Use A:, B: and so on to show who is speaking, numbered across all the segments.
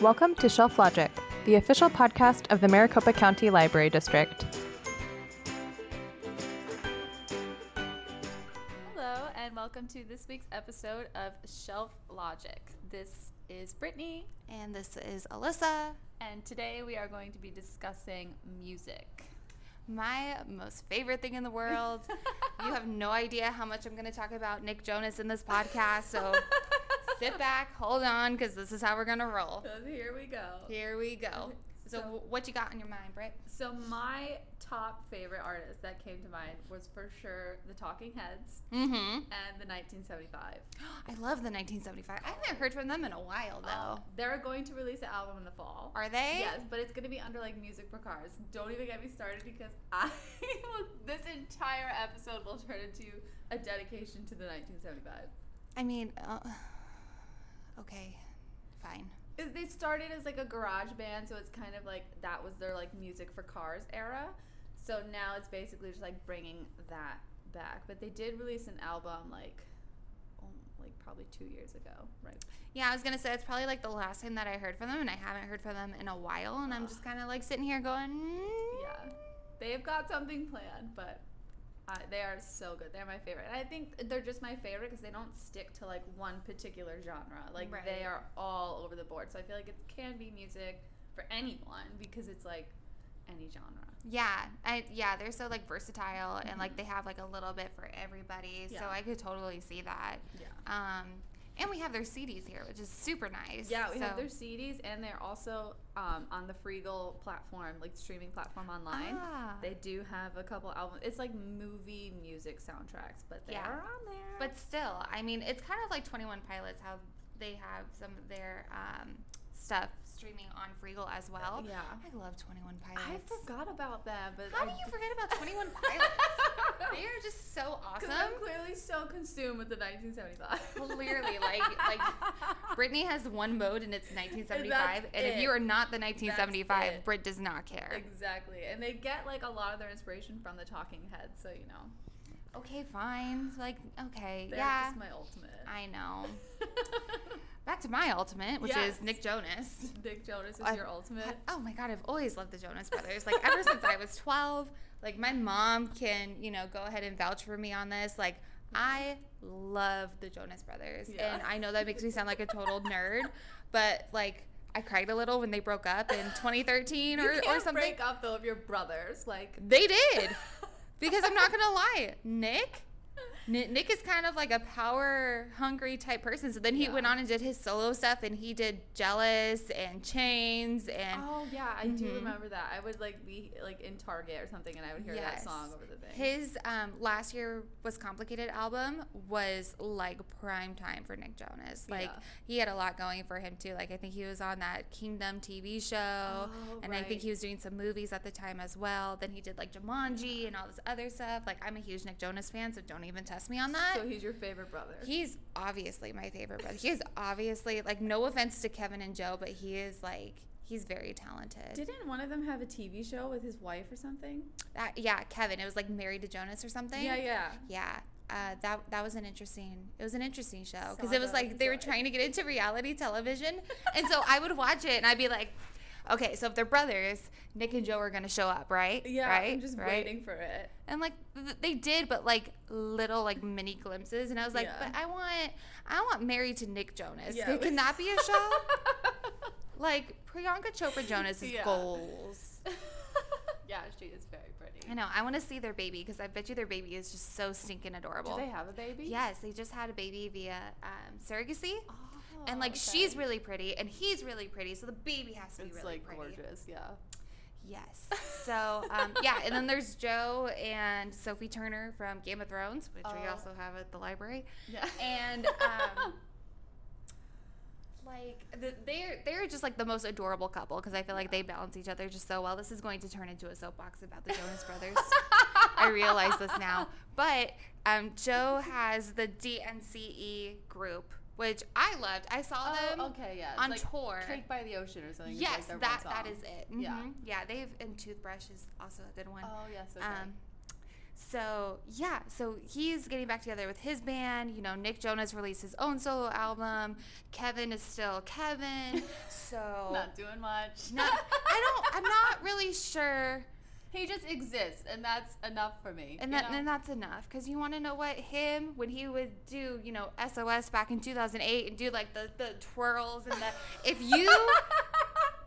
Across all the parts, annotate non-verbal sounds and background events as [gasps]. A: Welcome to Shelf Logic, the official podcast of the Maricopa County Library District.
B: Hello, and welcome to this week's episode of Shelf Logic. This is Brittany,
C: And this is Alyssa.
B: and today we are going to be discussing music.
C: My most favorite thing in the world. you have [laughs] no idea how much I'm going to talk about Nick Jonas in this podcast. So sit back, hold on, because this is how we're going to roll.
B: So here we go.
C: Here we go. So,
B: So-
C: what you got on your mind, Britt?
B: So, my top favorite artist that came to mind was for sure the Talking Heads
C: Mm-hmm.
B: and the 1975.
C: [gasps] I love the 1975. I haven't heard from them in a while,
B: Uh,
C: though.
B: they're going to release an album in the fall.
C: Are they?
B: Yes, but it's gonna be under like music for cars. Don't even get me started because [laughs] I will, this entire episode will turn into a dedication to the 1975.
C: I mean, uh, okay, fine.
B: Is they started as like a garage band, so it's kind of like that was their like music for cars era. So now it's basically just like bringing that back. But they did release an album like, um, like probably two years ago, right?
C: Yeah, I was gonna say it's probably like the last time that I heard from them, and I haven't heard from them in a while, and I'm just kind of like sitting here going, mm,
B: Yeah, they've got something planned, but uh, they are so good. They're my favorite, and I think they're just my favorite because they don't stick to like one particular genre. Like they
C: Right.
B: are all over the board. So I feel like it can be music for anyone because it's like any genre.
C: Yeah, I yeah, they're so like versatile and like they have like a little bit for everybody. So
B: Mm-hmm. Yeah.
C: I could totally see that.
B: Yeah.
C: Um, and we have their CDs here, which is super nice.
B: Yeah, we have
C: So-
B: their CDs, and they're also um, on the Freegal platform, like streaming platform online.
C: Ah.
B: They do have a couple albums. It's like movie music soundtracks, but they
C: Yeah.
B: are on there.
C: But still, I mean, it's kind of like Twenty One Pilots how they have some of their um, stuff streaming on Freegal as well.
B: yeah,
C: I love Twenty One
B: I
C: Pilots.
B: forgot about that. But
C: How
B: I
C: do
B: [laughs]
C: you forget about Twenty One Pilots? they are just so
B: Because
C: awesome.
B: I'm [laughs] clearly so consumed with the 1975.
C: Clearly, like
B: [laughs]
C: like Brittany has one mode and it's 1975,
B: That's
C: and if
B: it.
C: you are not the
B: it.
C: 1975, Brit does not care.
B: [laughs] exactly, and they get like a lot of their inspiration from the Talking Heads, so you know
C: Okay, fine. Like okay,
B: they're
C: yeah,
B: just my ultimate. [laughs]
C: I know. Back to my ultimate, which
B: Yes.
C: is Nick Jonas.
B: Dick Jonas is
C: I-
B: your
C: [laughs]
B: ultimate.
C: Oh my God, I've always loved the Jonas Brothers. Like ever since I was 12. Like my mom can, you know, go ahead and vouch for me on this. Like. I love the Jonas Brothers,
B: Yeah.
C: and I know that makes me sound like a total nerd, but like I cried a little when they broke up in 2013 or,
B: you can't
C: or something.
B: break up though if you're brothers. Like [laughs]
C: They did. Because I'm not gonna lie, Nick, Ni- Nick is kind of like a power hungry type person. So then he
B: Yeah.
C: went on and did his solo stuff, and he did Jealous and Chains, and
B: Oh yeah, I do
C: Mhm.
B: remember that. I would like be like in Target or something, and I would hear that
C: Yes.
B: song over the thing.
C: his um, last year was complicated album was like prime time for Nick Jonas. Like
B: Yeah.
C: he had a lot going for him too. Like I think he was on that Kingdom TV show,
B: Oh,
C: and I
B: right.
C: think he was doing some movies at the time as well. Then he did like Jumanji and all this other stuff. Like I'm a huge Nick Jonas fan, so don't even test me on that.
B: so he's your favorite brother.
C: He's obviously my favorite brother. He is obviously like no offense to Kevin and Joe, but he is like he's very talented.
B: Didn't one of them have a TV show with his wife or something?
C: That- yeah, Kevin. It was like married to Jonas or something.
B: Yeah, yeah.
C: Yeah. Uh, that that was an interesting. It was an interesting show because
B: Saga
C: it was like they were
B: Joy.
C: trying to get into
B: [laughs]
C: reality television, and so I would watch it and I'd be like, okay, so if they're brothers, Nick and Joe are gonna show up, right?
B: Yeah,
C: right.
B: I'm just
C: right?
B: waiting for it.
C: and like th- they did but like little like mini glimpses and i was like
B: Yeah.
C: but i want i want married to nick jonas
B: Yeah.
C: can
B: [laughs]
C: that be a show like priyanka chopra jonas is
B: Yeah.
C: goals
B: [laughs] yeah, she is very pretty.
C: i know i want to see their baby because i bet you their baby is just so stinking adorable
B: Do they have a baby?
C: yes they just had a baby via um, surrogacy
B: Oh,
C: and like
B: okay.
C: she's really pretty and he's really pretty so the baby has to be
B: it's
C: really
B: like
C: pretty
B: gorgeous. Yeah. [laughs]
C: yes so um, yeah and then there's joe and sophie turner from game of thrones which we
B: Oh.
C: also have at the library
B: Yeah.
C: and um, like the, they're they're just like the most adorable couple because I feel like they balance each other just so well. This is going to turn into a soapbox about the
B: [laughs]
C: Jonas Brothers. I realize this now, but um, Joe has the DNCE E group, which I loved. I saw
B: [laughs]
C: them.
B: Oh, okay. Yeah. It's
C: on
B: like
C: tour.
B: Cake by the ocean or something. is, like,
C: Yes,
B: their one
C: that that
B: song.
C: is it. Mm-hmm.
B: Yeah.
C: Mhm. yeah. They've and toothbrush is also a good one.
B: Oh yes. Oh, Okay.
C: Um, So yeah, so he's getting back together with his band. You know, Nick Jonas released his own solo album. Kevin is still
B: [laughs]
C: Kevin. So
B: Not doing
C: [laughs]
B: much.
C: no, I don't. I'm not really sure,
B: [laughs] he just exists, and that's enough for me.
C: and
B: you
C: that
B: know?
C: and that's enough because you want to know what him when he would do you know SOS back in 2008 and do like the the twirls and the if you.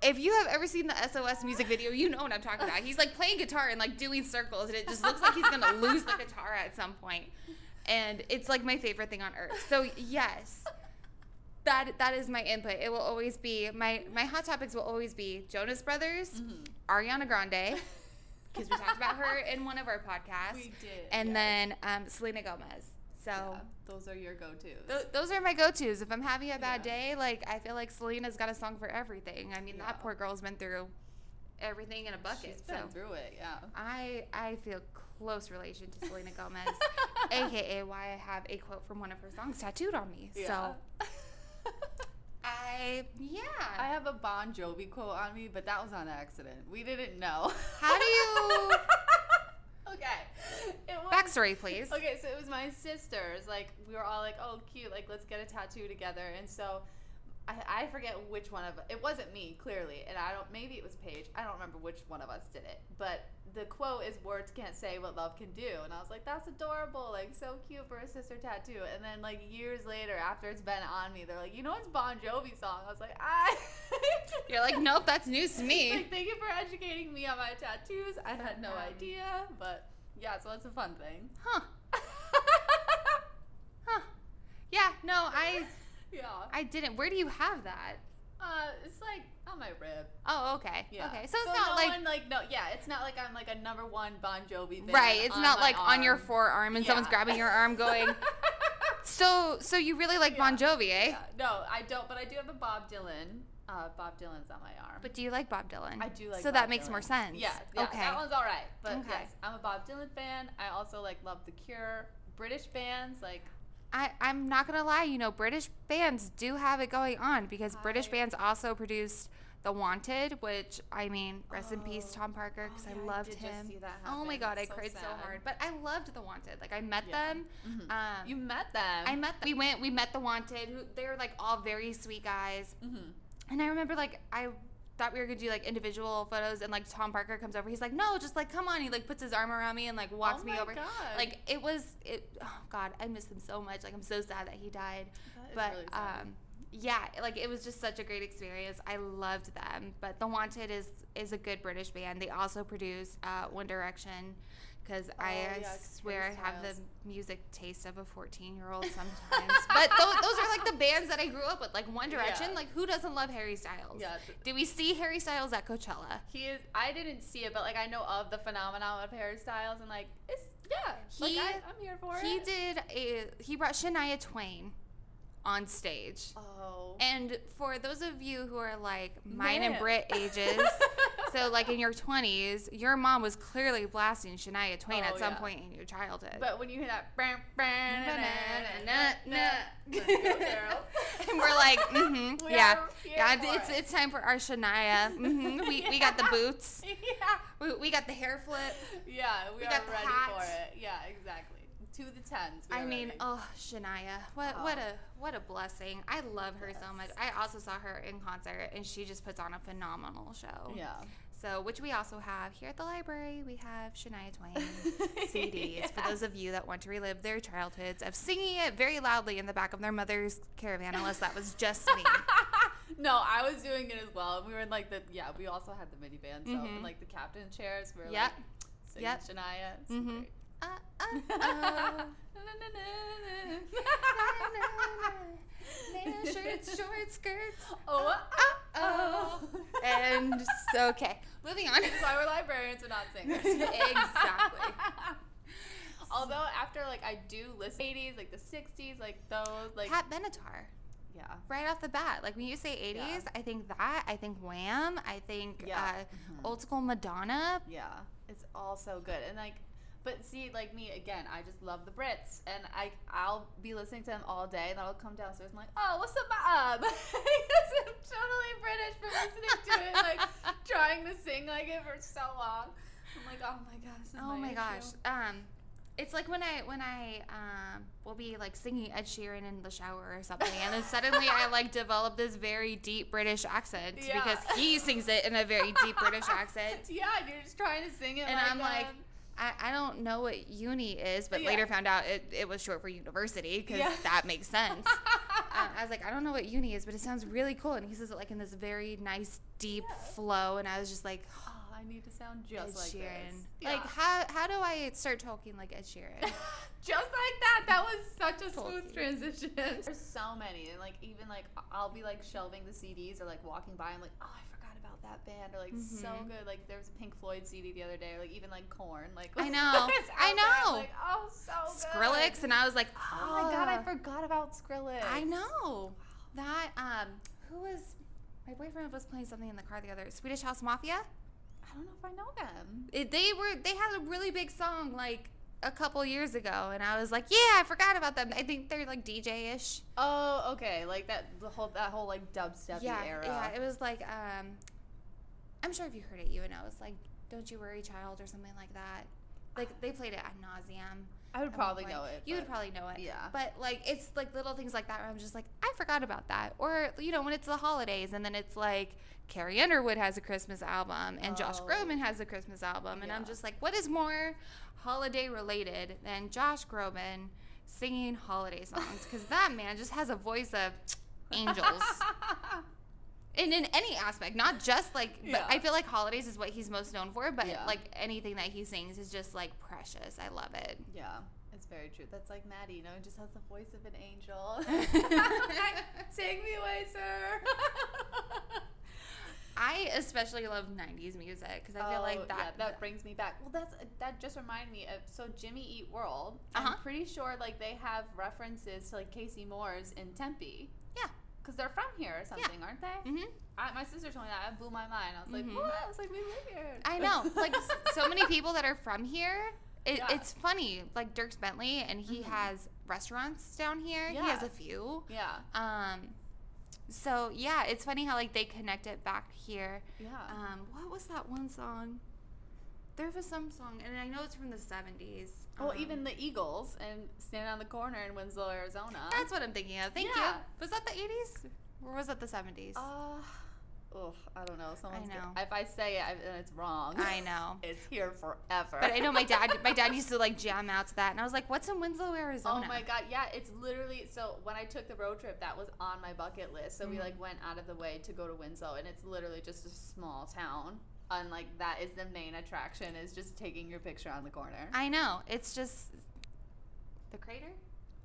C: If you have ever seen the SOS music video, you know what I'm talking about. He's like playing guitar and like doing circles, and it just looks like he's
B: [laughs]
C: gonna lose the guitar at some point. And it's like my favorite thing on earth. So yes, that that is my input. It will always be my my hot topics will always be Jonas Brothers,
B: Mm-hmm.
C: Ariana Grande, because we talked about her in one of our
B: [laughs]
C: podcasts,
B: we did.
C: and
B: yes.
C: then um, Selena Gomez. So.
B: Yeah, those are your go-tos.
C: Th- those are my go-tos. If I'm having a bad
B: Yeah.
C: day, like I feel like Selena's got a song for everything. I mean,
B: Yeah.
C: that poor girl's been through everything in a bucket.
B: She's
C: so
B: been through it, yeah.
C: I I feel close relation to Selena
B: [laughs]
C: Gomez, aka why I have a quote from one of her songs tattooed on me. So [laughs]
B: So
C: I yeah.
B: I have a Bon Jovi quote on me, but that was on accident. We didn't know.
C: How do
B: [laughs]
C: you-
B: okay. It was
C: Backstory, please.
B: Okay, so it was my sister's. Like we were all like, "Oh, cute! Like let's get a tattoo together." And so, I, I forget which one of it wasn't me clearly, and I don't. Maybe it was Paige. I don't remember which one of us did it. But the quote is, "Words can't say what love can do," and I was like, "That's adorable! Like so cute for a sister tattoo." And then like years later, after it's been on me, they're like, "You know it's Bon Jovi song?" I was like, "I." [laughs]
C: You're like, nope, that's news to me.
B: Like, thank you for educating me on my tattoos. I had no
C: Um,
B: idea, but yeah, so it's a fun thing. [laughs]
C: Huh. Huh. Yeah, no, I
B: [laughs] yeah.
C: I didn't. Where do you have that?
B: Uh, it's like on my rib.
C: Oh, okay.
B: Yeah.
C: Okay. So it's not
B: no
C: like
B: one, like no, yeah, it's not like I'm like a number one Bon Jovi. Fan
C: right, it's
B: on
C: not
B: my
C: like on your
B: arm.
C: forearm and someone's
B: Yeah.
C: grabbing your arm going,
B: [laughs]
C: "So so you really like Bon
B: Yeah.
C: Jovi, eh?"
B: Yeah, no, I don't, but I do have a Bob Dylan. Uh, Bob Dylan's on my arm.
C: But do you like Bob Dylan?
B: I do like.
C: So
B: Bob
C: that makes
B: Dylan.
C: more sense.
B: Yeah, yeah,
C: okay.
B: that one's all right. But
C: Okay.
B: yes, I'm a Bob Dylan fan. I also like love The Cure, British bands like
C: I, I'm not gonna lie, you know, British bands do have it going on because British
B: I-
C: bands also produced The Wanted, which I mean, rest in peace,
B: Oh.
C: Tom Parker, because
B: Oh,
C: I
B: yeah, I
C: loved
B: did just
C: him.
B: see that
C: oh my
B: happen.
C: god, I
B: It's so
C: cried so
B: sad.
C: hard. But I loved The Wanted. Like I met
B: Yeah.
C: them.
B: Mhm.
C: Um,
B: you met them.
C: I met them. We went. We met The Wanted. Who they were like all very sweet guys.
B: Mhm.
C: And I remember like I thought we were gonna do like individual photos, and like Tom Parker comes over. He's like, no, just like come on. He like puts his arm around me and like walks
B: oh
C: me
B: my
C: over.
B: God.
C: Like it was it. Oh God, I miss him so much. Like I'm so sad that he died.
B: That is
C: but
B: really sad.
C: um, yeah, like it was just such a great experience. I loved them. But The Wanted is is a good British band. They also produce uh, One Direction. Because I
B: Oh,
C: uh,
B: yeah, 'cause
C: swear
B: Harry
C: I have the
B: Styles.
C: music taste of a 14 year old sometimes. [laughs] but tho- those are like the bands that I grew up with. Like One Direction,
B: Yeah.
C: like who doesn't love Harry Styles?
B: yeah, th-
C: Did we see Harry Styles at Coachella?
B: He is. I didn't see it, but like I know of the phenomenon of Harry Styles, and like it's yeah.
C: He-
B: like, I, I'm here for
C: He
B: it.
C: did a he brought Shania Twain on stage.
B: Oh.
C: And for those of you who are like mine and
B: Man.
C: Brit
B: [laughs]
C: ages, so like in your 20s, your mom was clearly blasting Shania Twain
B: Oh,
C: at some
B: yeah.
C: point in your childhood.
B: but when you hear that, [laughs] Let's go, girl.
C: [laughs] and we're like, mm-hmm,
B: We
C: yeah,
B: are here
C: yeah,
B: for
C: it's
B: it.
C: it's time for our Shania. hmm We we
B: [laughs]
C: got the boots,
B: [laughs] yeah,
C: we, we got the hair flip.
B: yeah, we,
C: We
B: are
C: got the
B: ready
C: hat.
B: for it. Yeah, exactly. To the tens. we
C: I
B: are
C: mean,
B: ready.
C: oh Shania, what
B: Oh.
C: what a what a blessing! I love her so
B: Yes.
C: much. I also saw her in concert, and she just puts on a phenomenal show.
B: yeah.
C: So, which we also have here at the library, we have Shania Twain
B: [laughs]
C: CDs for those of you that want to relive their childhoods of singing it very loudly in the back of their mother's caravan, unless that was just me.
B: No, I was doing it as well. We were in like the yeah. We also had the minivan, so
C: Mhm.
B: in like the captain chairs. We were
C: Yep.
B: like singing
C: Yep.
B: Shania. It's
C: Mhm.
B: great.
C: uh, uh, [laughs] oh. Nail shirts, short skirts.
B: oh,
C: oh. And so- okay, moving on.
B: That's why we're librarians, we're not singers.
C: Exactly.
B: Although after like I do listen eighties, like the sixties, like those, like
C: [laughs] Pat Benatar,
B: yeah,
C: right off the bat. Like when you say 80s, I think that. I think Wham. I think
B: Yeah.
C: uh, old school Madonna.
B: yeah, it's all so good. And like, but see, like me again, I just love the Brits, and I I'll be listening to them all day, and I'll come downstairs and like, oh, what's up, my [laughs] um? I'm totally British for listening to it,
C: [laughs]
B: like trying to sing like it for so long. I'm like, oh my gosh, this is [laughs]
C: Oh my gosh.
B: issue.
C: Um, It's like when I when I um, will be like singing Ed Sheeran in the shower or something, and then suddenly
B: [laughs]
C: I like develop this very deep British accent
B: Yeah.
C: because he sings it in a very deep British accent.
B: [laughs] yeah, you're just trying to sing it.
C: and
B: like
C: I'm like,
B: um,
C: I, I don't know what uni is, but
B: Yeah.
C: later found out it, it was short for university because
B: Yeah.
C: that makes
B: [laughs]
C: sense. um, I was like, I don't know what uni is, but it sounds really cool. And he says it like in this very nice, deep
B: Yeah.
C: flow. And I was just like,
B: [laughs] oh, I need to sound
C: Ed
B: just like
C: Sheeran.
B: this.
C: Like,
B: Yeah.
C: how, how do I start talking like Ed Sheeran?
B: just like that. That was such a smooth
C: Totally.
B: transition. There's so many, and like even like I'll be like shelving the CDs or like walking by. I'm like, oh, I forgot about that band. Or like so
C: Mhm.
B: good. Like there was a Pink Floyd CD the other day. Or, like even like Corn. Like [laughs]
C: I know.
B: it's out there.
C: I
B: I'm
C: know.
B: like oh, so good.
C: Skrillex. And I was like,
B: Oh my god, I
C: "Ah."
B: forgot about Skrillex.
C: I know. That, um, who was, my boyfriend was playing something in the car the other, Swedish House Mafia?
B: I don't know if I know them.
C: it, they were they had a really big song like a couple years ago and i was like yeah i forgot about them i think they're like dj-ish
B: Oh, okay. Like that the whole that whole like dubstep
C: yeah
B: era.
C: yeah it was like um i'm sure if you heard it you would know it's like don't you worry child or something like that like they played it ad nauseum
B: I would probably know it.
C: you would
B: but-
C: probably know it
B: Yeah.
C: but like it's like little things like that where i'm just like i forgot about that or you know when it's the holidays and then it's like carrie underwood has a christmas album and josh
B: Oh.
C: groban has a christmas album and i'm
B: Yeah.
C: just like what is more holiday related than josh groban singing holiday songs because that man just has a
B: [laughs]
C: voice of angels and in any aspect not just like
B: Yeah.
C: but i feel like holidays is what he's most known for but
B: Yeah.
C: like anything that he sings is just like precious i love it
B: Yeah, it's very true. That's like Maddie, you know, just has the voice of an [laughs] angel. Like, Take me away, sir.
C: I especially love 90s music because I feel
B: Oh,
C: like
B: yeah,
C: that.
B: that brings me back. Well, that's that just reminded me of so Jimmy Eat World. I'm
C: Uh-huh.
B: pretty sure like they have references to like Casey Moore's in Tempe.
C: Yeah.
B: Because they're from here or something, aren't they?
C: Mhm.
B: I, my sister told me that. I blew my mind. I was like,
C: Mhm.
B: what? Mm-hmm. I was like, we live here. [laughs]
C: I know. Like, s- so many people that are from here. It,
B: Yeah.
C: It's funny. Like, Dirks Bentley, and he
B: Mhm.
C: has restaurants down here. He has
B: Yeah.
C: a few.
B: Yeah.
C: Um, so, yeah, it's funny how, like, they connect it back here.
B: Yeah.
C: Um, what was that one song? There was some song, and I know it's from the 70s.
B: well,
C: um,
B: even the Eagles and Stand on the Corner in Winslow, Arizona.
C: That's what I'm thinking of. Thank you.
B: Yeah.
C: Was that the 80s? Or was that the 70s?
B: Uh, ugh, I don't know. Someone's I
C: know.
B: if I say it, I, then it's wrong.
C: I know.
B: [laughs] It's here forever.
C: But I
B: [laughs]
C: know my dad. My dad used to like jam out to that, and I was like, "What's in Winslow, Arizona?"
B: Oh my god, yeah, it's literally so when I took the road trip that was on my bucket list. So we
C: Mhm.
B: like went out of the way to go to Winslow and it's literally just a small town. And like that is the main attraction is just taking your picture on the corner.
C: I know. It's just the crater.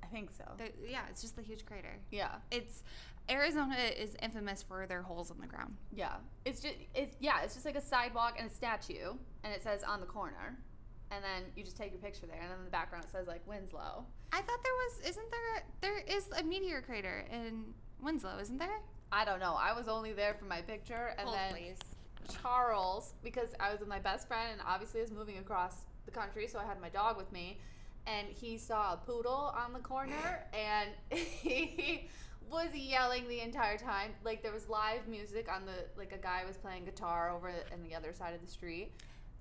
B: I think so.
C: The, yeah, it's just the huge crater.
B: Yeah.
C: It's Arizona is infamous for their holes in the ground.
B: Yeah. It's just it's yeah, it's just like a sidewalk and a statue and it says on the corner. And then you just take your picture there and then in the background it says like Winslow.
C: I thought there was. Isn't there? There is a meteor crater in Winslow, isn't there?
B: I don't know. I was only there for my picture, and
C: Hold,
B: then
C: please.
B: Charles, because I was with my best friend, and obviously was moving across the country, so I had my dog with me, and he saw a poodle on the corner,
C: [laughs]
B: and he [laughs] was yelling the entire time. Like there was live music on the like a guy was playing guitar over in the other side of the street.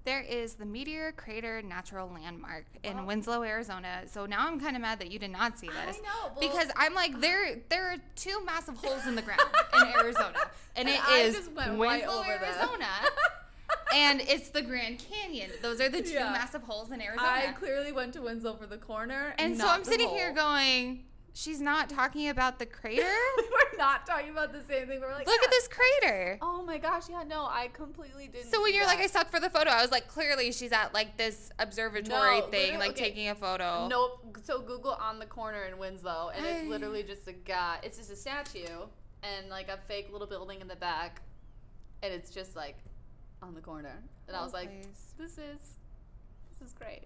C: There is the Meteor Crater Natural Landmark in
B: Wow.
C: Winslow, Arizona. So now I'm kind of mad that you did not see
B: Oh. I
C: this.
B: know, well-
C: because I'm like there there are two massive holes in the
B: [laughs]
C: ground in Arizona, and it
B: And I
C: is
B: just went right
C: Winslow,
B: over them. [laughs]
C: Arizona, and it's the Grand Canyon. Those are the two
B: Yeah.
C: massive holes in Arizona.
B: I clearly went to Winslow for the corner,
C: and so
B: not
C: I'm
B: the
C: sitting here
B: hole.
C: going, she's not talking about the crater.
B: [laughs] we're not talking about the same thing. We're like,
C: Look
B: "Yeah."
C: at this crater.
B: Oh my gosh, yeah, no, I completely didn't.
C: So when
B: see
C: you're like, I
B: that.
C: stopped for the photo. I was like, clearly she's at like this observatory
B: No,
C: thing,
B: literally-
C: like
B: okay.
C: taking a photo.
B: nope. So Google on the corner in Winslow, and it's literally just a guy. It's just a statue and like a fake little building in the back, and it's just like on the corner. And I was like,
C: Always.
B: this is this is great.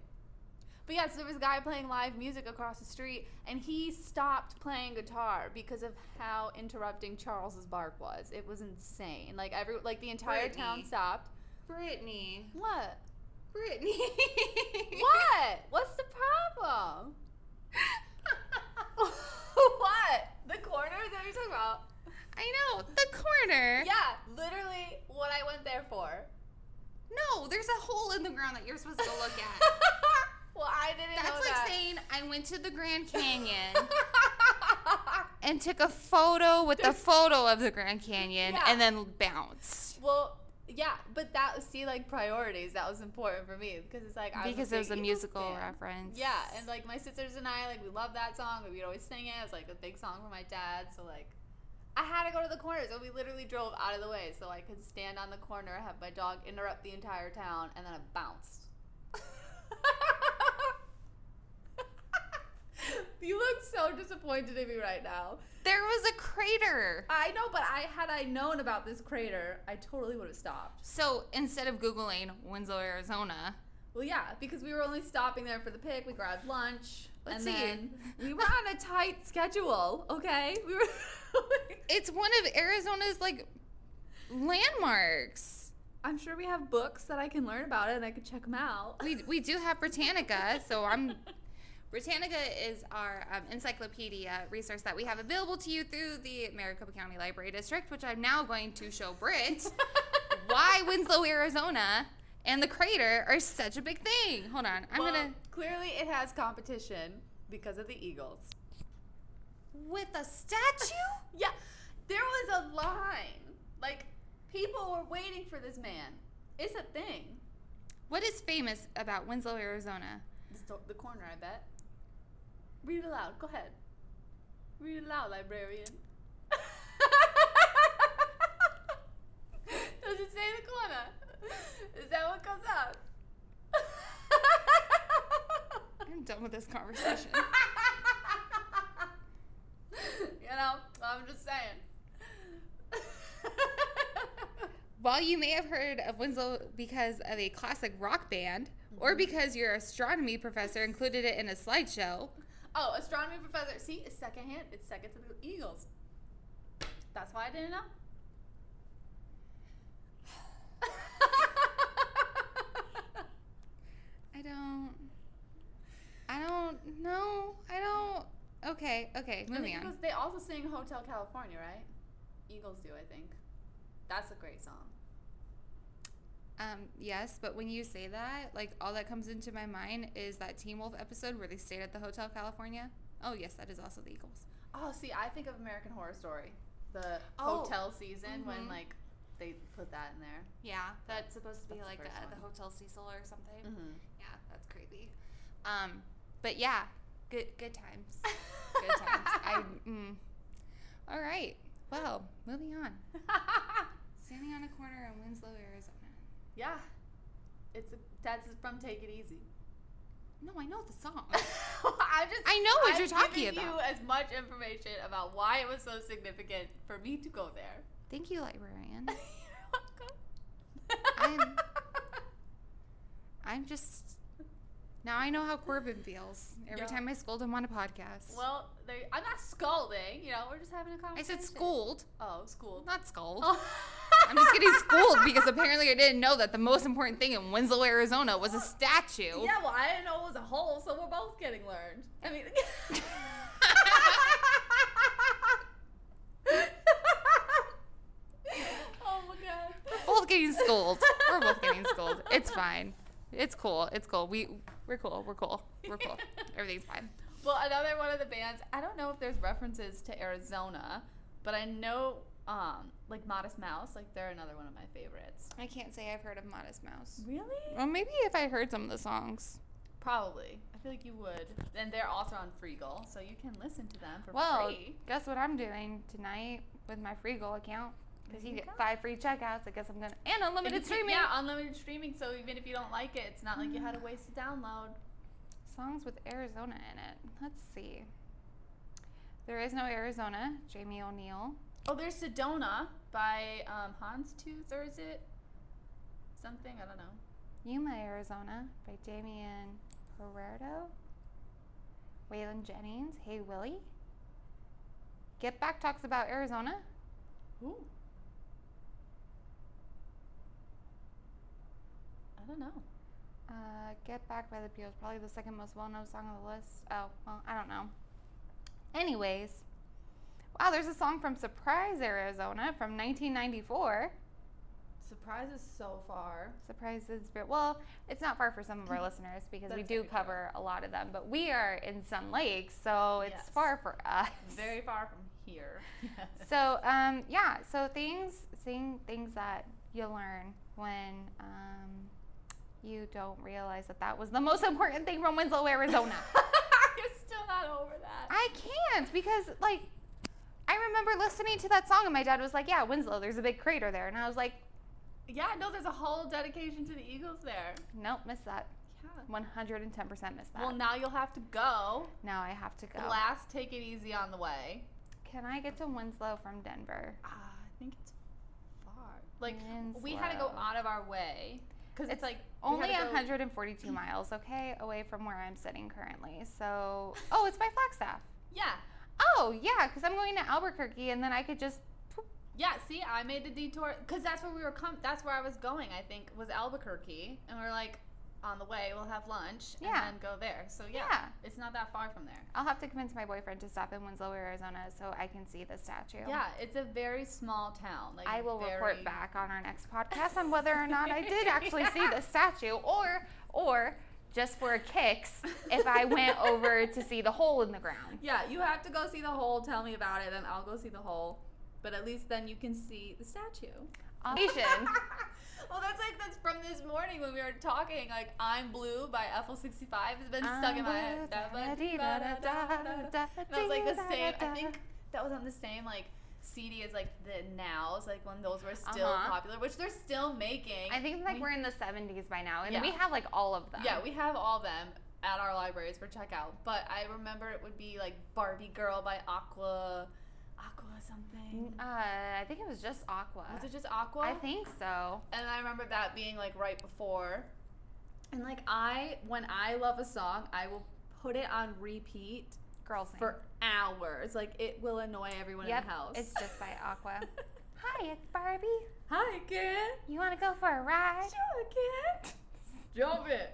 B: But yeah, so there was a guy playing live music across the street, and he stopped playing guitar because of how interrupting Charles's bark was. It was insane. Like every like the entire town
C: Brittany.
B: stopped.
C: Brittany,
B: What?
C: Brittany,
B: What? What's the problem? [laughs] what? The corner? Is that what you're talking about?
C: I know the corner.
B: Yeah, literally what I went there for.
C: No, there's a hole in the ground that you're supposed to go look at.
B: [laughs] Well, I didn't
C: That's
B: know
C: like
B: that.
C: saying I went to the
B: [laughs]
C: Grand Canyon and took a photo
B: [laughs]
C: with the photo of the Grand Canyon
B: Yeah.
C: and then
B: [laughs]
C: bounced.
B: well, yeah, but that see like priorities. That was important for me because it's like I
C: Because
B: a
C: it was a
B: big Eagles
C: musical
B: fan.
C: reference.
B: Yeah, and like my sisters and I, like we loved that song. We would always sing it. It was like a big song for my dad. So like, I had to go to the corner, so we literally drove out of the way so I could stand on the corner, have my dog interrupt the entire town, and then it bounced. [laughs] you look so disappointed in me right now.
C: there was a crater.
B: I know, but I had I known about this crater, I totally would have stopped.
C: So instead of Googling Winslow, Arizona,
B: Well, yeah, because we were only stopping there for the pick. We grabbed lunch.
C: Let's
B: and
C: see.
B: Then we were on a tight schedule, okay? [laughs] We were.
C: it's one of Arizona's like landmarks.
B: I'm sure we have books that I can learn about it and I could check them out. [laughs]
C: We, we do have Britannica, so I'm. Britannica is our um, encyclopedia resource that we have available to you through the Maricopa County Library District, which I'm now going to show Brit [laughs] why Winslow, Arizona and the crater are such a big thing. Hold on. I'm
B: Well,
C: going to.
B: Clearly, it has competition because of the Eagles.
C: With a statue?
B: Yeah, there was a line. Like, people were waiting for this man. It's a thing.
C: [laughs] What is famous about Winslow, Arizona?
B: The, sto- the corner, I bet. Read it aloud. Go ahead. Read it aloud, librarian. [laughs] Does it say the corner? Is that what comes up? [laughs]
C: I'm done with this conversation.
B: you know, I'm just [laughs] saying.
C: [laughs] While you may have heard of Winslow because of a classic rock band, or because your astronomy professor included it in a slideshow,
B: Oh, astronomy professor. See, it's secondhand. It's second to the Eagles. That's why I didn't know.
C: I don't. I don't know. I don't. Okay, okay,
B: And the
C: [sighs] moving on.
B: Eagles, they also sing Hotel California, right? Eagles do, I think. That's a great song.
C: Um, yes, but when you say that, like all that comes into my mind is that Teen Wolf episode where they stayed at the Hotel California. Oh, yes, that is also the Eagles.
B: Oh, see, I think of American Horror Story, the
C: Oh,
B: hotel season when
C: mhm.
B: like they put that in there.
C: Yeah, that's supposed to be
B: That's the
C: like
B: first
C: uh,
B: one.
C: the Hotel Cecil or something.
B: Mm-hmm.
C: Yeah, that's creepy. Um, but yeah, good good times. [laughs] Good times. I, mm. All right. Well, moving on. Standing on a corner in Winslow, Arizona.
B: [laughs] yeah, it's a, that's from Take It Easy.
C: No, I know the [laughs] song.
B: [laughs] I'm just.
C: I know what
B: I've
C: you're talking
B: given
C: about.
B: You as much information about why it was so significant for me to go there. [laughs]
C: Thank you, librarian.
B: You're welcome.
C: I'm- I'm just now I know how Corbin feels every
B: Yeah.
C: time I scold him on a
B: [laughs]
C: podcast.
B: well, there, I'm not scolding. You know, we're just having a
C: I
B: conversation.
C: said scold,
B: Oh, school.
C: not scold.
B: Oh.
C: I'm just getting schooled
B: [laughs]
C: because apparently I didn't know that the most important thing in Winslow, Arizona was a statue.
B: Yeah, well, I didn't know it was a hole, so we're both getting learned. I mean. [laughs] oh my god.
C: Both getting schooled. We're both getting schooled. It's fine. It's cool. It's cool. We we're cool. We're cool. We're [laughs] cool. Everything's fine.
B: Well, another one of the bands. I don't know if there's references to Arizona, but I know um like Modest Mouse, like they're another one of my favorites.
C: I can't say I've heard of Modest Mouse.
B: Really?
C: Well, maybe if I heard some of the songs.
B: Probably. I feel like you would. And they're also on Freegal, so you can listen to them for
C: Well,
B: free.
C: guess what I'm doing tonight with my free goal account? Because
B: There
C: you
B: you
C: get
B: go.
C: five free checkouts. I guess I'm gonna and
B: And
C: unlimited
B: you can-
C: streaming
B: Yeah, unlimited streaming. So even if you don't like it, it's not like you had a waste to download.
C: songs with Arizona in it. Let's see. There is no Arizona. Jamie O'Neill.
B: Oh, there's Sedona by um, Hans Tooth, or is it something? I don't know.
C: Yuma, Arizona by Damian Herrero, Waylon Jennings, Hey Willie. Get Back talks about Arizona.
B: Ooh. I don't know.
C: Uh, Get Back by the Beatles, probably the second most well known song on the list. Oh, well, I don't know. Anyways, wow, there's a song from Surprise, Arizona from 1994.
B: Surprises so far.
C: Surprises, but well, it's not far for some
B: [laughs]
C: of our listeners because we
B: That's
C: do
B: very true.
C: cover a lot of them, but we are in Sun Lake, so it's
B: Yes.
C: far for us. [laughs]
B: Very far from [laughs] here. Yes.
C: So, um, yeah. So things, seeing things that you learn when um, you don't realize that that was the most [laughs] important thing from Winslow, Arizona.
B: [laughs]
C: [laughs]
B: You're still not over that.
C: I can't because like I remember listening to that song and my dad was like, "Yeah, Winslow, there's a big crater there," and I was like,
B: Yeah, no, there's a whole dedication to the Eagles there.
C: "Nope, missed that.
B: Yeah.
C: 110% missed that."
B: Well, now you'll have to go.
C: now I have to go.
B: Last, take it easy on the way.
C: Can I get to Winslow from Denver?
B: Ah, I think it's far. Like we had to go
C: Winslow.
B: out of our way because it's,
C: It's
B: like we had
C: Only
B: to go-
C: 142 miles, okay, away from where I'm sitting currently. So, oh, it's by Flagstaff.
B: Yeah,
C: Oh, yeah, because I'm going to Albuquerque and then I could just. poop.
B: yeah. See, I made the detour because that's where we were. Com- that's where I was going. I think was Albuquerque, and we are like, on the way we'll have lunch
C: Yeah.
B: and then go there. So yeah,
C: Yeah.
B: it's not that far from there.
C: I'll have to convince my boyfriend to stop in Winslow, Arizona so I can see the statue.
B: Yeah, it's a very small town. Like
C: I will
B: very-
C: report back on our next podcast on whether or not I did actually see
B: [laughs]
C: the statue or, or just for kicks, if I went over to see the hole in the ground.
B: Yeah, you have to go see the hole. Tell me about it, and I'll go see the hole. But at least then you can see the statue. [laughs]
C: Asian.
B: well, that's like that's from this morning when we were talking. Like "I'm Blue" by FL65 has been stuck in my head.
C: Um,
B: And I was like the same. I think that was on the same like CD as like the Nows, like when those were still
C: Uh-huh.
B: popular, which they're still making.
C: I think like
B: We-
C: we're in the 70s by now, and
B: Yeah.
C: we have like all of them.
B: yeah, we have all them at our libraries for checkout. But I remember it would be like Barbie Girl by Aqua, Aqua something.
C: Uh, I think it was just Aqua.
B: Was it just Aqua?
C: I think so.
B: And I remember that being like right before. And like I, when I love a song, I will put it on repeat
C: Girls Night.
B: for hours. Like it will annoy everyone
C: Yep,
B: in the house.
C: it's just by Aqua. Hi, it's Barbie.
B: [laughs] Hi, kid.
C: You want to go for a
B: [laughs]
C: ride?
B: Sure, kid. Jump it.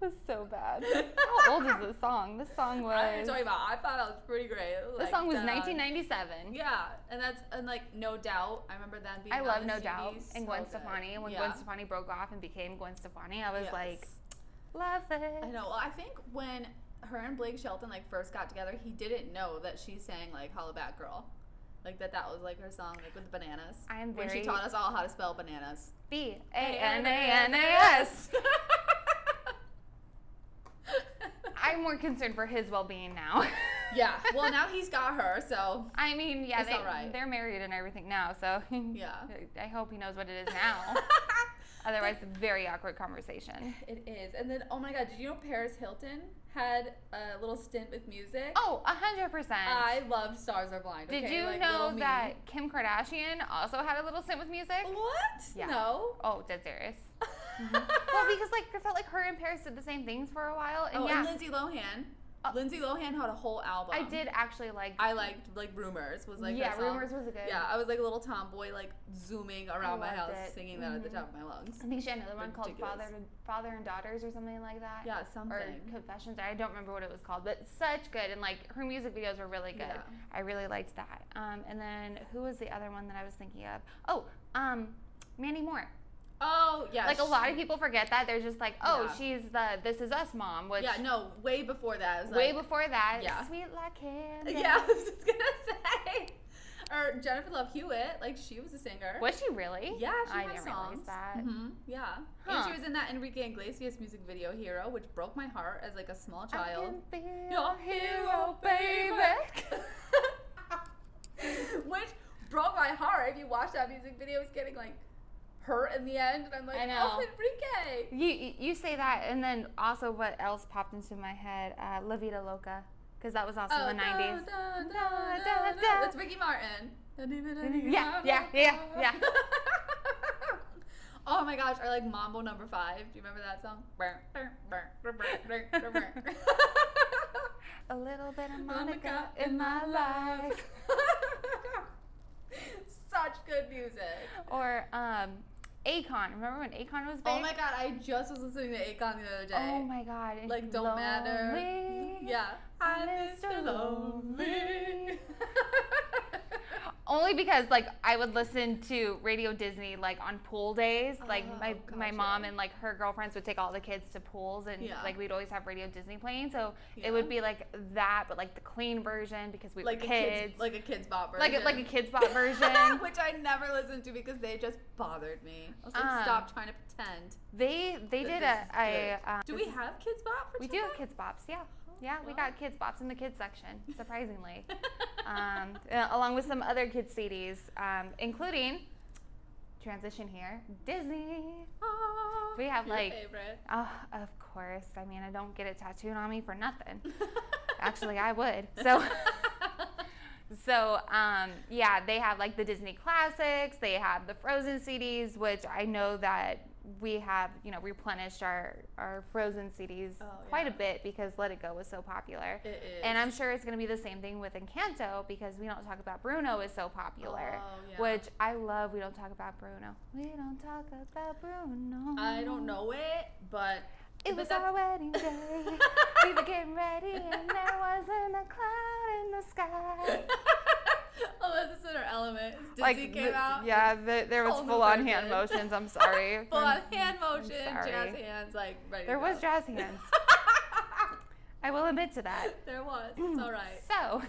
C: It was so bad. How old is this song? This song was.
B: [laughs] I don't know what you're talking about. I thought I was pretty great. It
C: This
B: like
C: song was
B: that.
C: 1997.
B: Yeah, and that's and like no doubt. I remember that being.
C: I
B: on
C: love
B: the
C: No
B: CD
C: Doubt
B: so
C: and Gwen
B: good.
C: Stefani. When
B: yeah.
C: Gwen Stefani broke off and became Gwen Stefani, I was
B: Yes.
C: like, love it.
B: I know. Well, I think when her and Blake Shelton like first got together, he didn't know that she sang like "Holla Back Girl," like that that was like her song like with the bananas.
C: I am
B: when she
C: very-
B: taught us all how to spell bananas.
C: B A N A N A S. I'm more concerned for his well-being now.
B: [laughs]
C: [laughs]
B: yeah. Well, now he's got her, so
C: I mean, yeah,
B: It's
C: they,
B: all right.
C: they're married and everything now, so [laughs]
B: Yeah.
C: I hope he knows what it
B: [laughs]
C: is now. Otherwise, very awkward conversation.
B: it is. And then, oh my God, did you know Paris Hilton had a little stint with music?
C: Oh, a hundred percent.
B: I love Stars Are Blind.
C: Did
B: okay?
C: you
B: Like, little
C: know
B: me.
C: that Kim Kardashian also had a little stint with music?
B: What?
C: Yeah.
B: No.
C: Oh, dead serious. Mm-hmm. well, because like I felt like her and Paris did the same things for a while, and
B: oh,
C: yeah,
B: and Lindsay Lohan.
C: Oh.
B: Lindsay Lohan had a whole album.
C: I did actually like.
B: um, I liked like rumors was like
C: yeah,
B: her song.
C: rumors was a good.
B: Yeah, I was like a little tomboy, like zooming around my
C: loved
B: house,
C: it. Mm-hmm.
B: singing that at the top of my lungs.
C: I think she had another one called
B: Ridiculous.
C: Father Father and Daughters or something like that.
B: Yeah, something.
C: Or Confessions. I don't remember what it was called, but such good and like her music videos were really good.
B: Yeah.
C: I really liked that. Um, and then who was the other one that I was thinking of? Oh, um, Mandy Moore.
B: Oh yeah,
C: Like a lot of
B: she-
C: people forget that they're just like, oh,
B: Yeah.
C: she's the This Is Us mom, which
B: Yeah, no, way before that. It was
C: way
B: like,
C: before that,
B: yeah.
C: sweet like him.
B: [laughs] Yeah, I was just gonna say. Or Jennifer Love Hewitt, like she was a singer.
C: Was she really?
B: Yeah, she
C: I
B: had
C: didn't
B: songs.
C: realize that.
B: hmm Yeah, and
C: Huh.
B: she was in that Enrique Iglesias music video "Hero," which broke my heart as like a small
C: I
B: child.
C: can be
B: Your
C: your
B: hero,
C: hero, baby.
B: [laughs] Which broke my heart. If you watch that music video, it's getting like hurt in the end, and I'm like,
C: I know.
B: oh, Enrique.
C: You you- you say that, and then also what else popped into my head? Uh, La Vida Loca, because that was also
B: Oh,
C: the
B: da,
C: '90s.
B: da, da, da,
C: Da, da,
B: da.
C: da.
B: That's Ricky Martin.
C: Yeah, yeah, yeah, yeah.
B: [laughs] Oh my gosh, or like Mambo number five. Do you remember that
C: [laughs]
B: song?
C: A little bit of
B: Monica
C: Monica in my life.
B: [laughs] Such good music.
C: Or um, Akon. Remember when Akon was big?
B: Oh my god, I just was listening to Akon the other day.
C: Oh my god. and
B: like don't matter. [laughs]
C: lonely.
B: Yeah.
C: I'm Mr. Lonely. Only because like I would listen to Radio Disney like on pool days. Like
B: Oh,
C: my my
B: gotcha.
C: mom and like her girlfriends would take all the kids to pools and
B: Yeah.
C: like we'd always have Radio Disney playing. So
B: Yeah.
C: it would be like that, but like the clean version because
B: [laughs]
C: we
B: like
C: were
B: a
C: kids.
B: kids, like a kids bop
C: like
B: version,
C: a, like a kids bop version.
B: [laughs] which I never listened to because they just bothered me. I was like,
C: Um,
B: stop trying to pretend.
C: they they
B: that
C: did
B: this
C: a,
B: is
C: a
B: good."
C: um,
B: Do we have kids bop for
C: we do
B: children?
C: have kids bops yeah yeah we
B: Oh, wow.
C: got kids bops in the kids section surprisingly
B: [laughs]
C: um, [laughs] uh, along with some other kids CDs um, including transition here Disney
B: Aw,
C: we have,
B: your
C: like-
B: favorite.
C: oh of course I mean I don't get it tattooed on me for nothing
B: [laughs]
C: actually I would so. [laughs] So um, yeah, they have like the Disney classics. They have the Frozen CDs, which I know that we have you know replenished our our Frozen CDs
B: Oh,
C: quite
B: yeah.
C: a bit because Let It Go was so popular.
B: It is.
C: And I'm sure it's going to be the same thing with Encanto because we don't talk about Bruno is so popular,
B: Oh, yeah.
C: which I love. We don't talk about Bruno. We don't talk about Bruno.
B: I don't know it, but
C: It
B: but
C: was
B: that's-
C: our wedding day.
B: [laughs]
C: we were getting ready, and there wasn't a cloud in the sky.
B: Alyssa's in her element. Disney came
C: the-
B: out.
C: Yeah, the, there was
B: whole new
C: full on hand
B: person.
C: motions. I'm
B: [laughs]
C: sorry.
B: Full on
C: Mm,
B: hand motion,
C: sorry.
B: jazz hands, like ready.
C: There
B: to
C: was
B: go.
C: jazz
B: [laughs]
C: hands. I will admit to that.
B: there was.
C: [clears throat]
B: It's all right. [laughs]
C: So,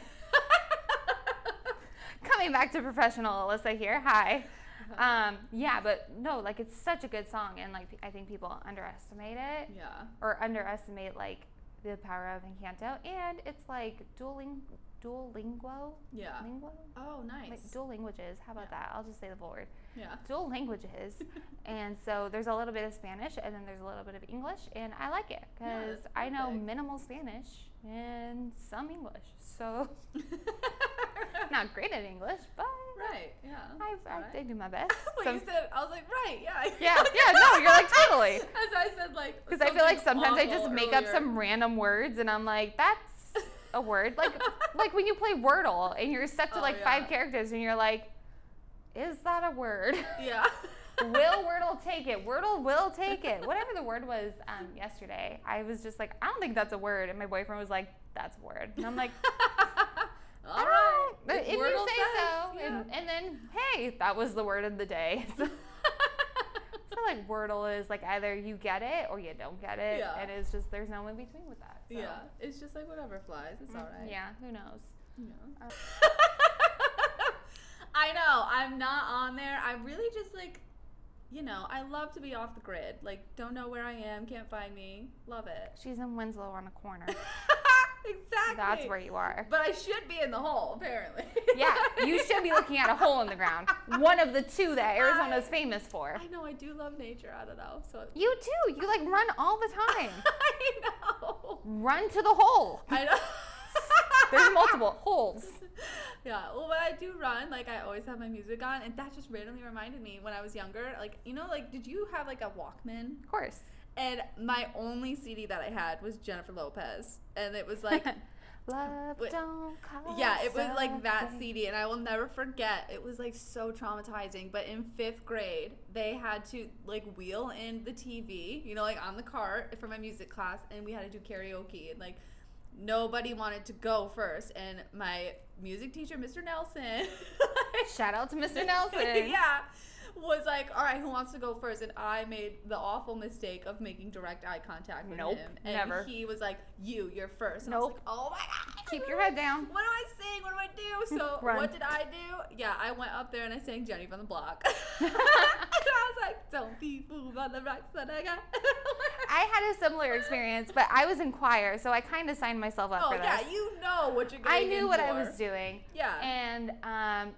C: coming back to professional Alyssa here. Hi.
B: Uh-huh.
C: Um, yeah, but no, like it's such a good song, and like I think people underestimate it
B: yeah.
C: or underestimate like the power of Encanto, and it's like dueling, dual linguo,
B: Yeah.
C: linguo,
B: Oh, nice.
C: like dual languages. How about that? I'll just say the full word.
B: yeah.
C: dual languages.
B: [laughs]
C: and so there's a little bit of Spanish and then there's a little bit of English. And I like it
B: Yeah,
C: because
B: that's
C: I know
B: perfect.
C: minimal Spanish and some English. So [laughs] not great at English, but
B: [laughs] right. Yeah.
C: I, I,
B: Alright.
C: I
B: [laughs]
C: do my best.
B: when
C: Some-
B: you said, I was like, right. Yeah.
C: [laughs] yeah,
B: [laughs]
C: yeah, no, you're like totally.
B: As I said, like.
C: Because I feel like
B: something
C: sometimes I just
B: awful
C: make up
B: earlier.
C: some random words and I'm like, that's a word.
B: [laughs]
C: Like like when you play Wordle and you're stuck to
B: Oh,
C: like
B: yeah.
C: five characters and you're like, is that a word? [laughs]
B: Yeah.
C: will Wordle take it? Wordle will take it. Whatever the word was um, yesterday, I was just like, I don't think that's a word. And my boyfriend was like, that's a word. And I'm like,
B: [laughs] all
C: all
B: right.
C: right. But
B: It's
C: if you say
B: Wordle says,
C: so. And, and then, hey, that was the word of the day. [laughs]
B: [laughs]
C: So I feel like Wordle is like either you get it or you don't get it.
B: Yeah.
C: And it's just, there's no in between with that. So,
B: Yeah. It's just like whatever flies. It's all right.
C: Mm-hmm. Yeah, Uh, who knows?
B: Yeah. [laughs] I know. I'm not on there. I really just like, you know, I love to be off the grid. Like, don't know where I am, can't find me. Love it. [laughs]
C: She's in Winslow on a corner.
B: exactly.
C: That's where you are.
B: But I should be in the hole, apparently.
C: Yeah,
B: [laughs]
C: you should be looking at a hole in the ground. One of the two that Arizona's
B: I-
C: famous for.
B: I know. I do love nature. I don't know. So. [laughs]
C: You too. You like run all the time.
B: I know.
C: run to the hole.
B: I know.
C: There's multiple holes.
B: [laughs] Yeah, well, when I do run, like I always have my music on, and that just randomly reminded me when I was younger. Like, you know, like did you have like a Walkman?
C: Of course.
B: And my only CD that I had was Jennifer Lopez, and it was like, [laughs]
C: Love
B: Wait.
C: don't cost
B: yeah, it was
C: a
B: like that
C: thing.
B: CD, and I will never forget. It was like so traumatizing. But in fifth grade, they had to like wheel in the TV, you know, like on the cart for my music class, and we had to do karaoke, and like nobody wanted to go first, and my music teacher, Mr. Nelson. [laughs]
C: Shout out to Mr. Nelson.
B: yeah. Was like, all right, who wants to go first? And I made the awful mistake of making direct eye contact with
C: Nope,
B: him. And
C: never.
B: he was like, you, you're first. And I was
C: Nope.
B: like, oh my God.
C: Keep your head down.
B: What do I sing? What do I do? So,
C: [laughs] Run.
B: what did I do? Yeah, I went up there and I sang Jenny from the
C: [laughs]
B: Block. [laughs] and I was like, don't be fooled by the rocks that I
C: [laughs]
B: got.
C: I had a similar experience, but I was in choir, so I kind of signed myself up
B: oh,
C: for this.
B: yeah, you know what you're
C: I
B: getting
C: knew
B: in
C: what
B: for.
C: I
B: [laughs]
C: was doing.
B: Yeah.
C: And um,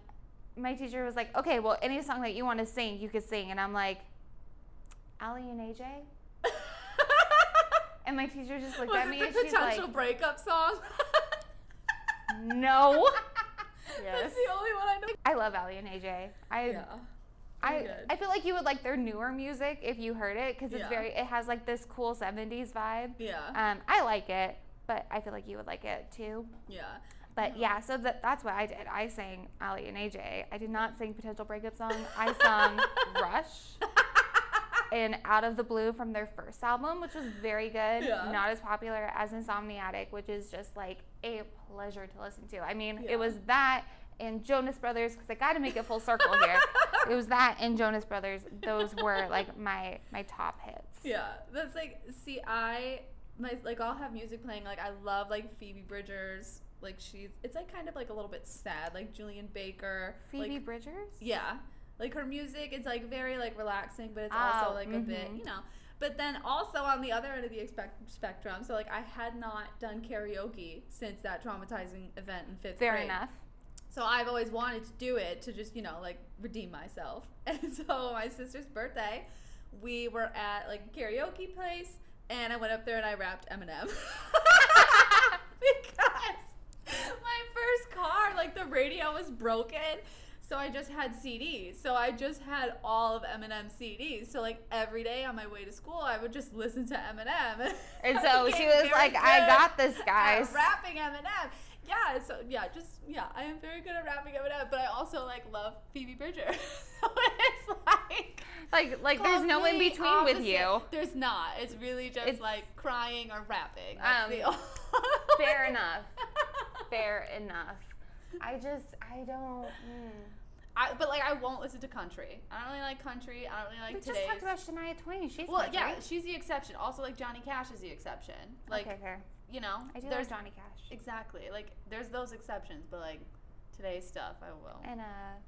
C: my teacher was like, okay, well, any song that you want to sing, you could sing. And I'm like, Allie and AJ? And my teacher just looked
B: was
C: at me
B: it
C: and
B: the
C: she's like,
B: potential breakup song? [laughs]
C: no.
B: That's the only one I know.
C: I love Ali and AJ. I I,
B: good.
C: I feel like you would like their newer music if you heard it because it's
B: Yeah.
C: very it has like this cool 70s vibe.
B: Yeah.
C: Um, I like it, but I feel like you would like it too.
B: Yeah.
C: But yeah, so that that's what I did. I sang Ali and AJ. I did not sing potential breakup song. I
B: [laughs]
C: sung Rush and Out of the Blue from their first album, which was very good.
B: Yeah.
C: Not as popular as Insomniatic, which is just like a pleasure to listen to. I mean,
B: Yeah.
C: it was that and Jonas Brothers because I got to make it full circle
B: [laughs]
C: here. it was that and Jonas Brothers. Those were like my my top hits.
B: Yeah, that's like see, I my like I'll have music playing. Like I love like Phoebe Bridgers. Like she's it's like kind of like a little bit sad. Like Julian Baker.
C: Phoebe
B: Like,
C: Bridgers.
B: yeah, like her music is like very like relaxing, but it's
C: Oh,
B: also like a bit
C: mhm.
B: you know. But then also on the other end of the expect- spectrum, so like I had not done karaoke since that traumatizing event in fifth
C: Fair
B: grade. [laughs]
C: enough.
B: So I've always wanted to do it to just, you know, like redeem myself. [laughs] And so my sister's birthday, we were at like a karaoke place and I went up there and I rapped Eminem. [laughs] because my first car, like the radio was broken. So I just had CDs. So I just had all of Eminem CDs. So like every day on my way to school, I would just listen to Eminem. [laughs]
C: And
B: I
C: so she
B: became
C: was
B: very
C: like, "I
B: good
C: got this, [laughs] guys."
B: at Rapping Eminem. Yeah, so yeah, just yeah, I am very good at rapping Eminem, but I also like love Phoebe Bridgers. [laughs] so it's like
C: Like like there's no in
B: complete
C: between with
B: opposite.
C: you. [laughs]
B: There's not. It's really just
C: It's-
B: like crying or rapping. That's
C: Um, [laughs]
B: the only-
C: Fair enough. Fair enough. I just I don't. Mm.
B: [laughs] I, but like I won't listen to country. I don't really like country. I don't really like
C: We
B: today's.
C: just talked about Shania Twain. She's
B: well,
C: my
B: yeah,
C: favorite.
B: she's the exception. Also, like Johnny Cash is the exception. Like
C: okay, fair.
B: you know,
C: I do
B: there's
C: like Johnny Cash
B: exactly like there's those exceptions, but like today's stuff, I will.
C: and uh,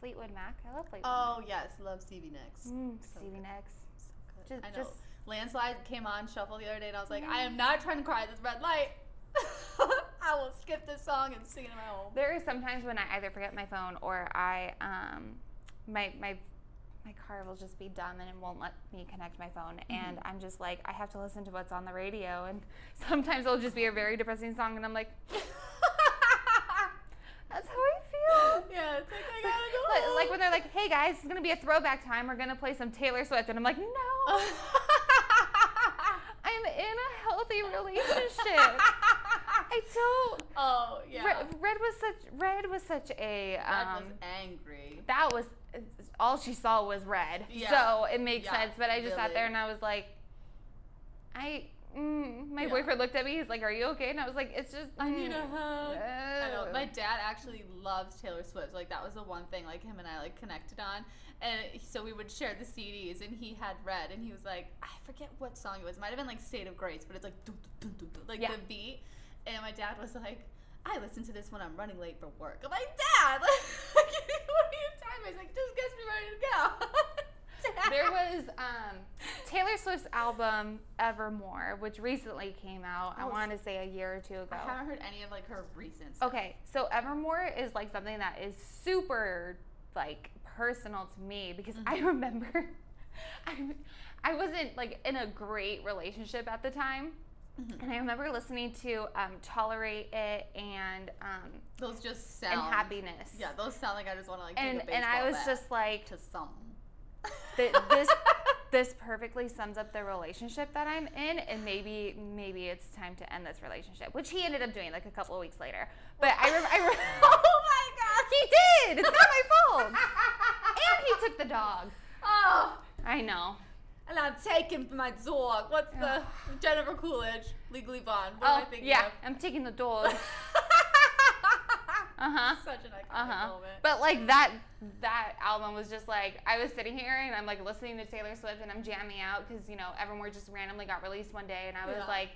C: Fleetwood Mac. I love Fleetwood.
B: Oh yes, love Stevie Nicks.
C: Mac. Mm,
B: so
C: Stevie
B: good.
C: Nicks.
B: So good.
C: Just-
B: I know.
C: just- Mm.
B: Landslide came on shuffle the other day, and I was like, I am not trying to cry this red light. [laughs] I will skip this song and sing it at my home.
C: [laughs] There are sometimes when I either forget my phone or I um my my my car will just be dumb and it won't let me connect my phone
B: Mm-hmm.
C: and I'm just like I have to listen to what's on the radio and [laughs] sometimes it'll just be a very depressing song and I'm like [laughs] that's how I
B: [laughs]
C: feel.
B: yeah, it's like I gotta go.
C: [laughs] Like, like
B: [laughs]
C: when
B: home.
C: they're like, "Hey guys, it's gonna be a throwback time. We're gonna play some Taylor Swift," and I'm
B: [laughs]
C: like, "No, I'm in a
B: [laughs]
C: healthy relationship. I don't."
B: oh yeah,
C: Red, Red was such. Red was such a.
B: I was
C: Um,
B: angry.
C: that was all she saw was red.
B: Yeah.
C: So it makes
B: Yeah,
C: sense. But I just sat
B: really.
C: there and I was like, I. Mm, my
B: Yeah.
C: boyfriend looked at me. He's like, "Are you okay?" And I was like, "It's just."
B: I need
C: mm,
B: a hug. I know.
C: no."
B: My dad actually loves Taylor Swift. Like that was the one thing like him and I like connected on. And so we would share the CDs, and he had Red, and he was like, I forget what song it was. Might have been like State of Grace, but it's like doo, doo, doo, doo, doo, like
C: Yeah.
B: the beat. And my dad was like, I listen to this when I'm running late for work. I'm like, Dad, [laughs] like, what are you talking about? He's like, just gets me ready to go.
C: [laughs]
B: [laughs]
C: there was um, Taylor Swift's album Evermore, which recently came out. I
B: Oh,
C: want to say a year or two ago.
B: I haven't heard any of like her recent. Stuff.
C: Okay, so Evermore is like something that is super like personal to me because I
B: Mm-hmm.
C: remember [laughs] I I wasn't like in a great relationship at the time.
B: Mm-hmm.
C: And I remember listening to um, "Tolerate It" and um,
B: Those just sound.
C: and "Happiness,"
B: Yeah, those sound like I just want to like. take a
C: and and I
B: baseball
C: was
B: bat
C: just like,
B: to some.
C: [laughs] th- "This this perfectly sums up the relationship that I'm in, and maybe maybe it's time to end this relationship." Which he ended up doing like a couple of weeks later. But I, rem- I [laughs] rem-
B: oh my god.
C: He did. It's not my fault. [laughs] and he took the dog.
B: Oh,
C: I know.
B: and I'm taking my dog. What's the Jennifer Coolidge, Legally Blonde? What am I
C: Oh,
B: thinking
C: [laughs] yeah.
B: of?
C: I'm taking the dog. [laughs] Uh huh.
B: Such an iconic
C: Uh huh.
B: moment.
C: But like that that album was just like I was sitting here and I'm like listening to Taylor Swift and I'm jamming out because you know Evermore just randomly got released one day and I was
B: Yeah.
C: like,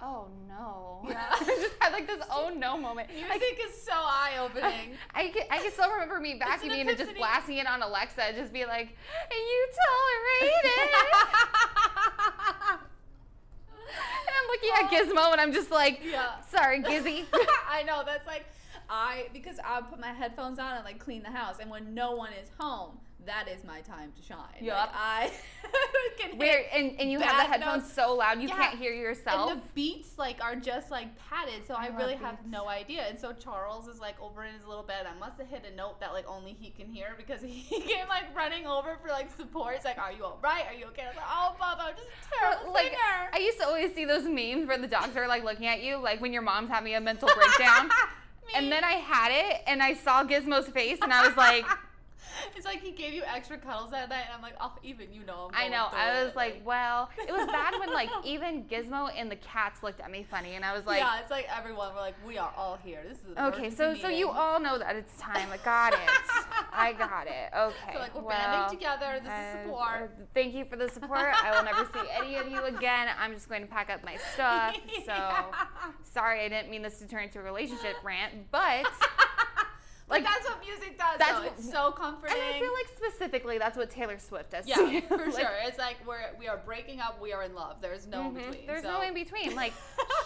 C: oh no.
B: Yeah.
C: [laughs] I just had
B: [laughs]
C: like this oh no moment. I
B: Music is so eye
C: I, [laughs]
B: opening.
C: I, can, I can still remember me
B: an
C: backing me and just
B: epiphany.
C: blasting it on Alexa, and just be like, and
B: [laughs]
C: you tolerate it. and I'm looking at Gizmo and I'm just like,
B: Yeah.
C: sorry, Gizzy.
B: [laughs] I know that's like I because I put my headphones on and like clean the house, and when no one is home, that is my time to shine. Like,
C: Yup.
B: I [laughs] can hit
C: Where and, and you have the
B: Bad
C: headphones
B: notes.
C: so loud you
B: Yeah.
C: can't hear yourself.
B: And the beats like are just like padded, so
C: I
B: I,
C: love
B: really have
C: beats.
B: no idea. And so Charles is like over in his little bed. I must have hit a note that like only he can hear because [laughs] he came like running over for like support. He's like, "Are you all right? Are you okay?" I was like, "Oh, Bob, I'm just a terrible
C: like
B: singer."
C: I [laughs] used to always see those memes where the doctor like looking at you like when your mom's having a mental breakdown.
B: [laughs] Me. [laughs]
C: and then I had it and I saw Gizmo's face and I was like,
B: It's like he gave you extra cuddles that night, and I'm like, oh, even you know. I'm
C: I
B: going
C: know.
B: through
C: I
B: it,"
C: was like, well, it was bad
B: [laughs]
C: when like even Gizmo and the cats looked at me funny, and I was like,
B: yeah, it's like everyone. We're like, we are all here. This is an
C: okay,
B: emergency
C: so so you
B: meeting."
C: all know that it's time. I got it. I got it. Okay.
B: [laughs] So like we're
C: well,
B: banding together. This
C: uh,
B: is support.
C: uh, thank you for the support. I will never see any of you again. I'm just going to pack up my
B: [laughs]
C: stuff. So
B: Yeah.
C: sorry, I didn't mean this to turn into
B: [laughs]
C: a relationship rant, but
B: Like
C: like-
B: that's what music does.
C: That's
B: though.
C: what-
B: it's so comforting.
C: and I feel like specifically that's what Taylor Swift does.
B: yeah,
C: too.
B: for
C: [laughs] Like,
B: sure. It's like we're we are breaking up. We are in love. There's no in
C: Mhm.
B: between.
C: There's
B: so.
C: no in
B: [laughs]
C: between. Like,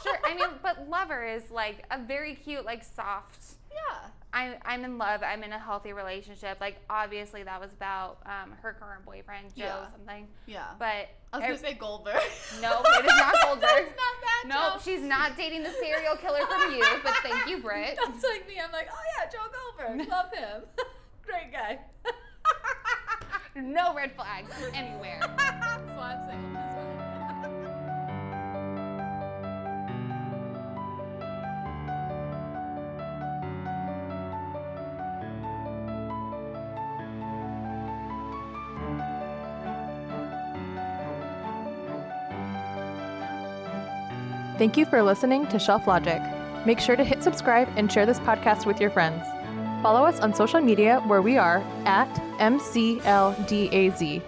C: sure. I mean, but lover is like a very cute, like soft.
B: Yeah.
C: I'm I'm in love. I'm in a healthy relationship. Like, obviously, that was about um, her current boyfriend, Joe
B: Yeah.
C: something.
B: Yeah.
C: But er,
B: I was gonna say Goldberg.
C: [laughs] No, it is not
B: [laughs]
C: Goldberg.
B: That's not that
C: no,
B: Joe.
C: she's not dating the serial killer from you. But
B: [laughs]
C: thank you, Britt.
B: That's like me. I'm like, oh yeah, Joe Goldberg. Love him. [laughs] Great guy. [laughs]
C: No red flags anywhere.
B: That's why I'm saying this one.
A: Thank you for listening to Shelf Logic. Make sure to hit subscribe and share this podcast with your friends. Follow us on social media where we are at MCLDAZ.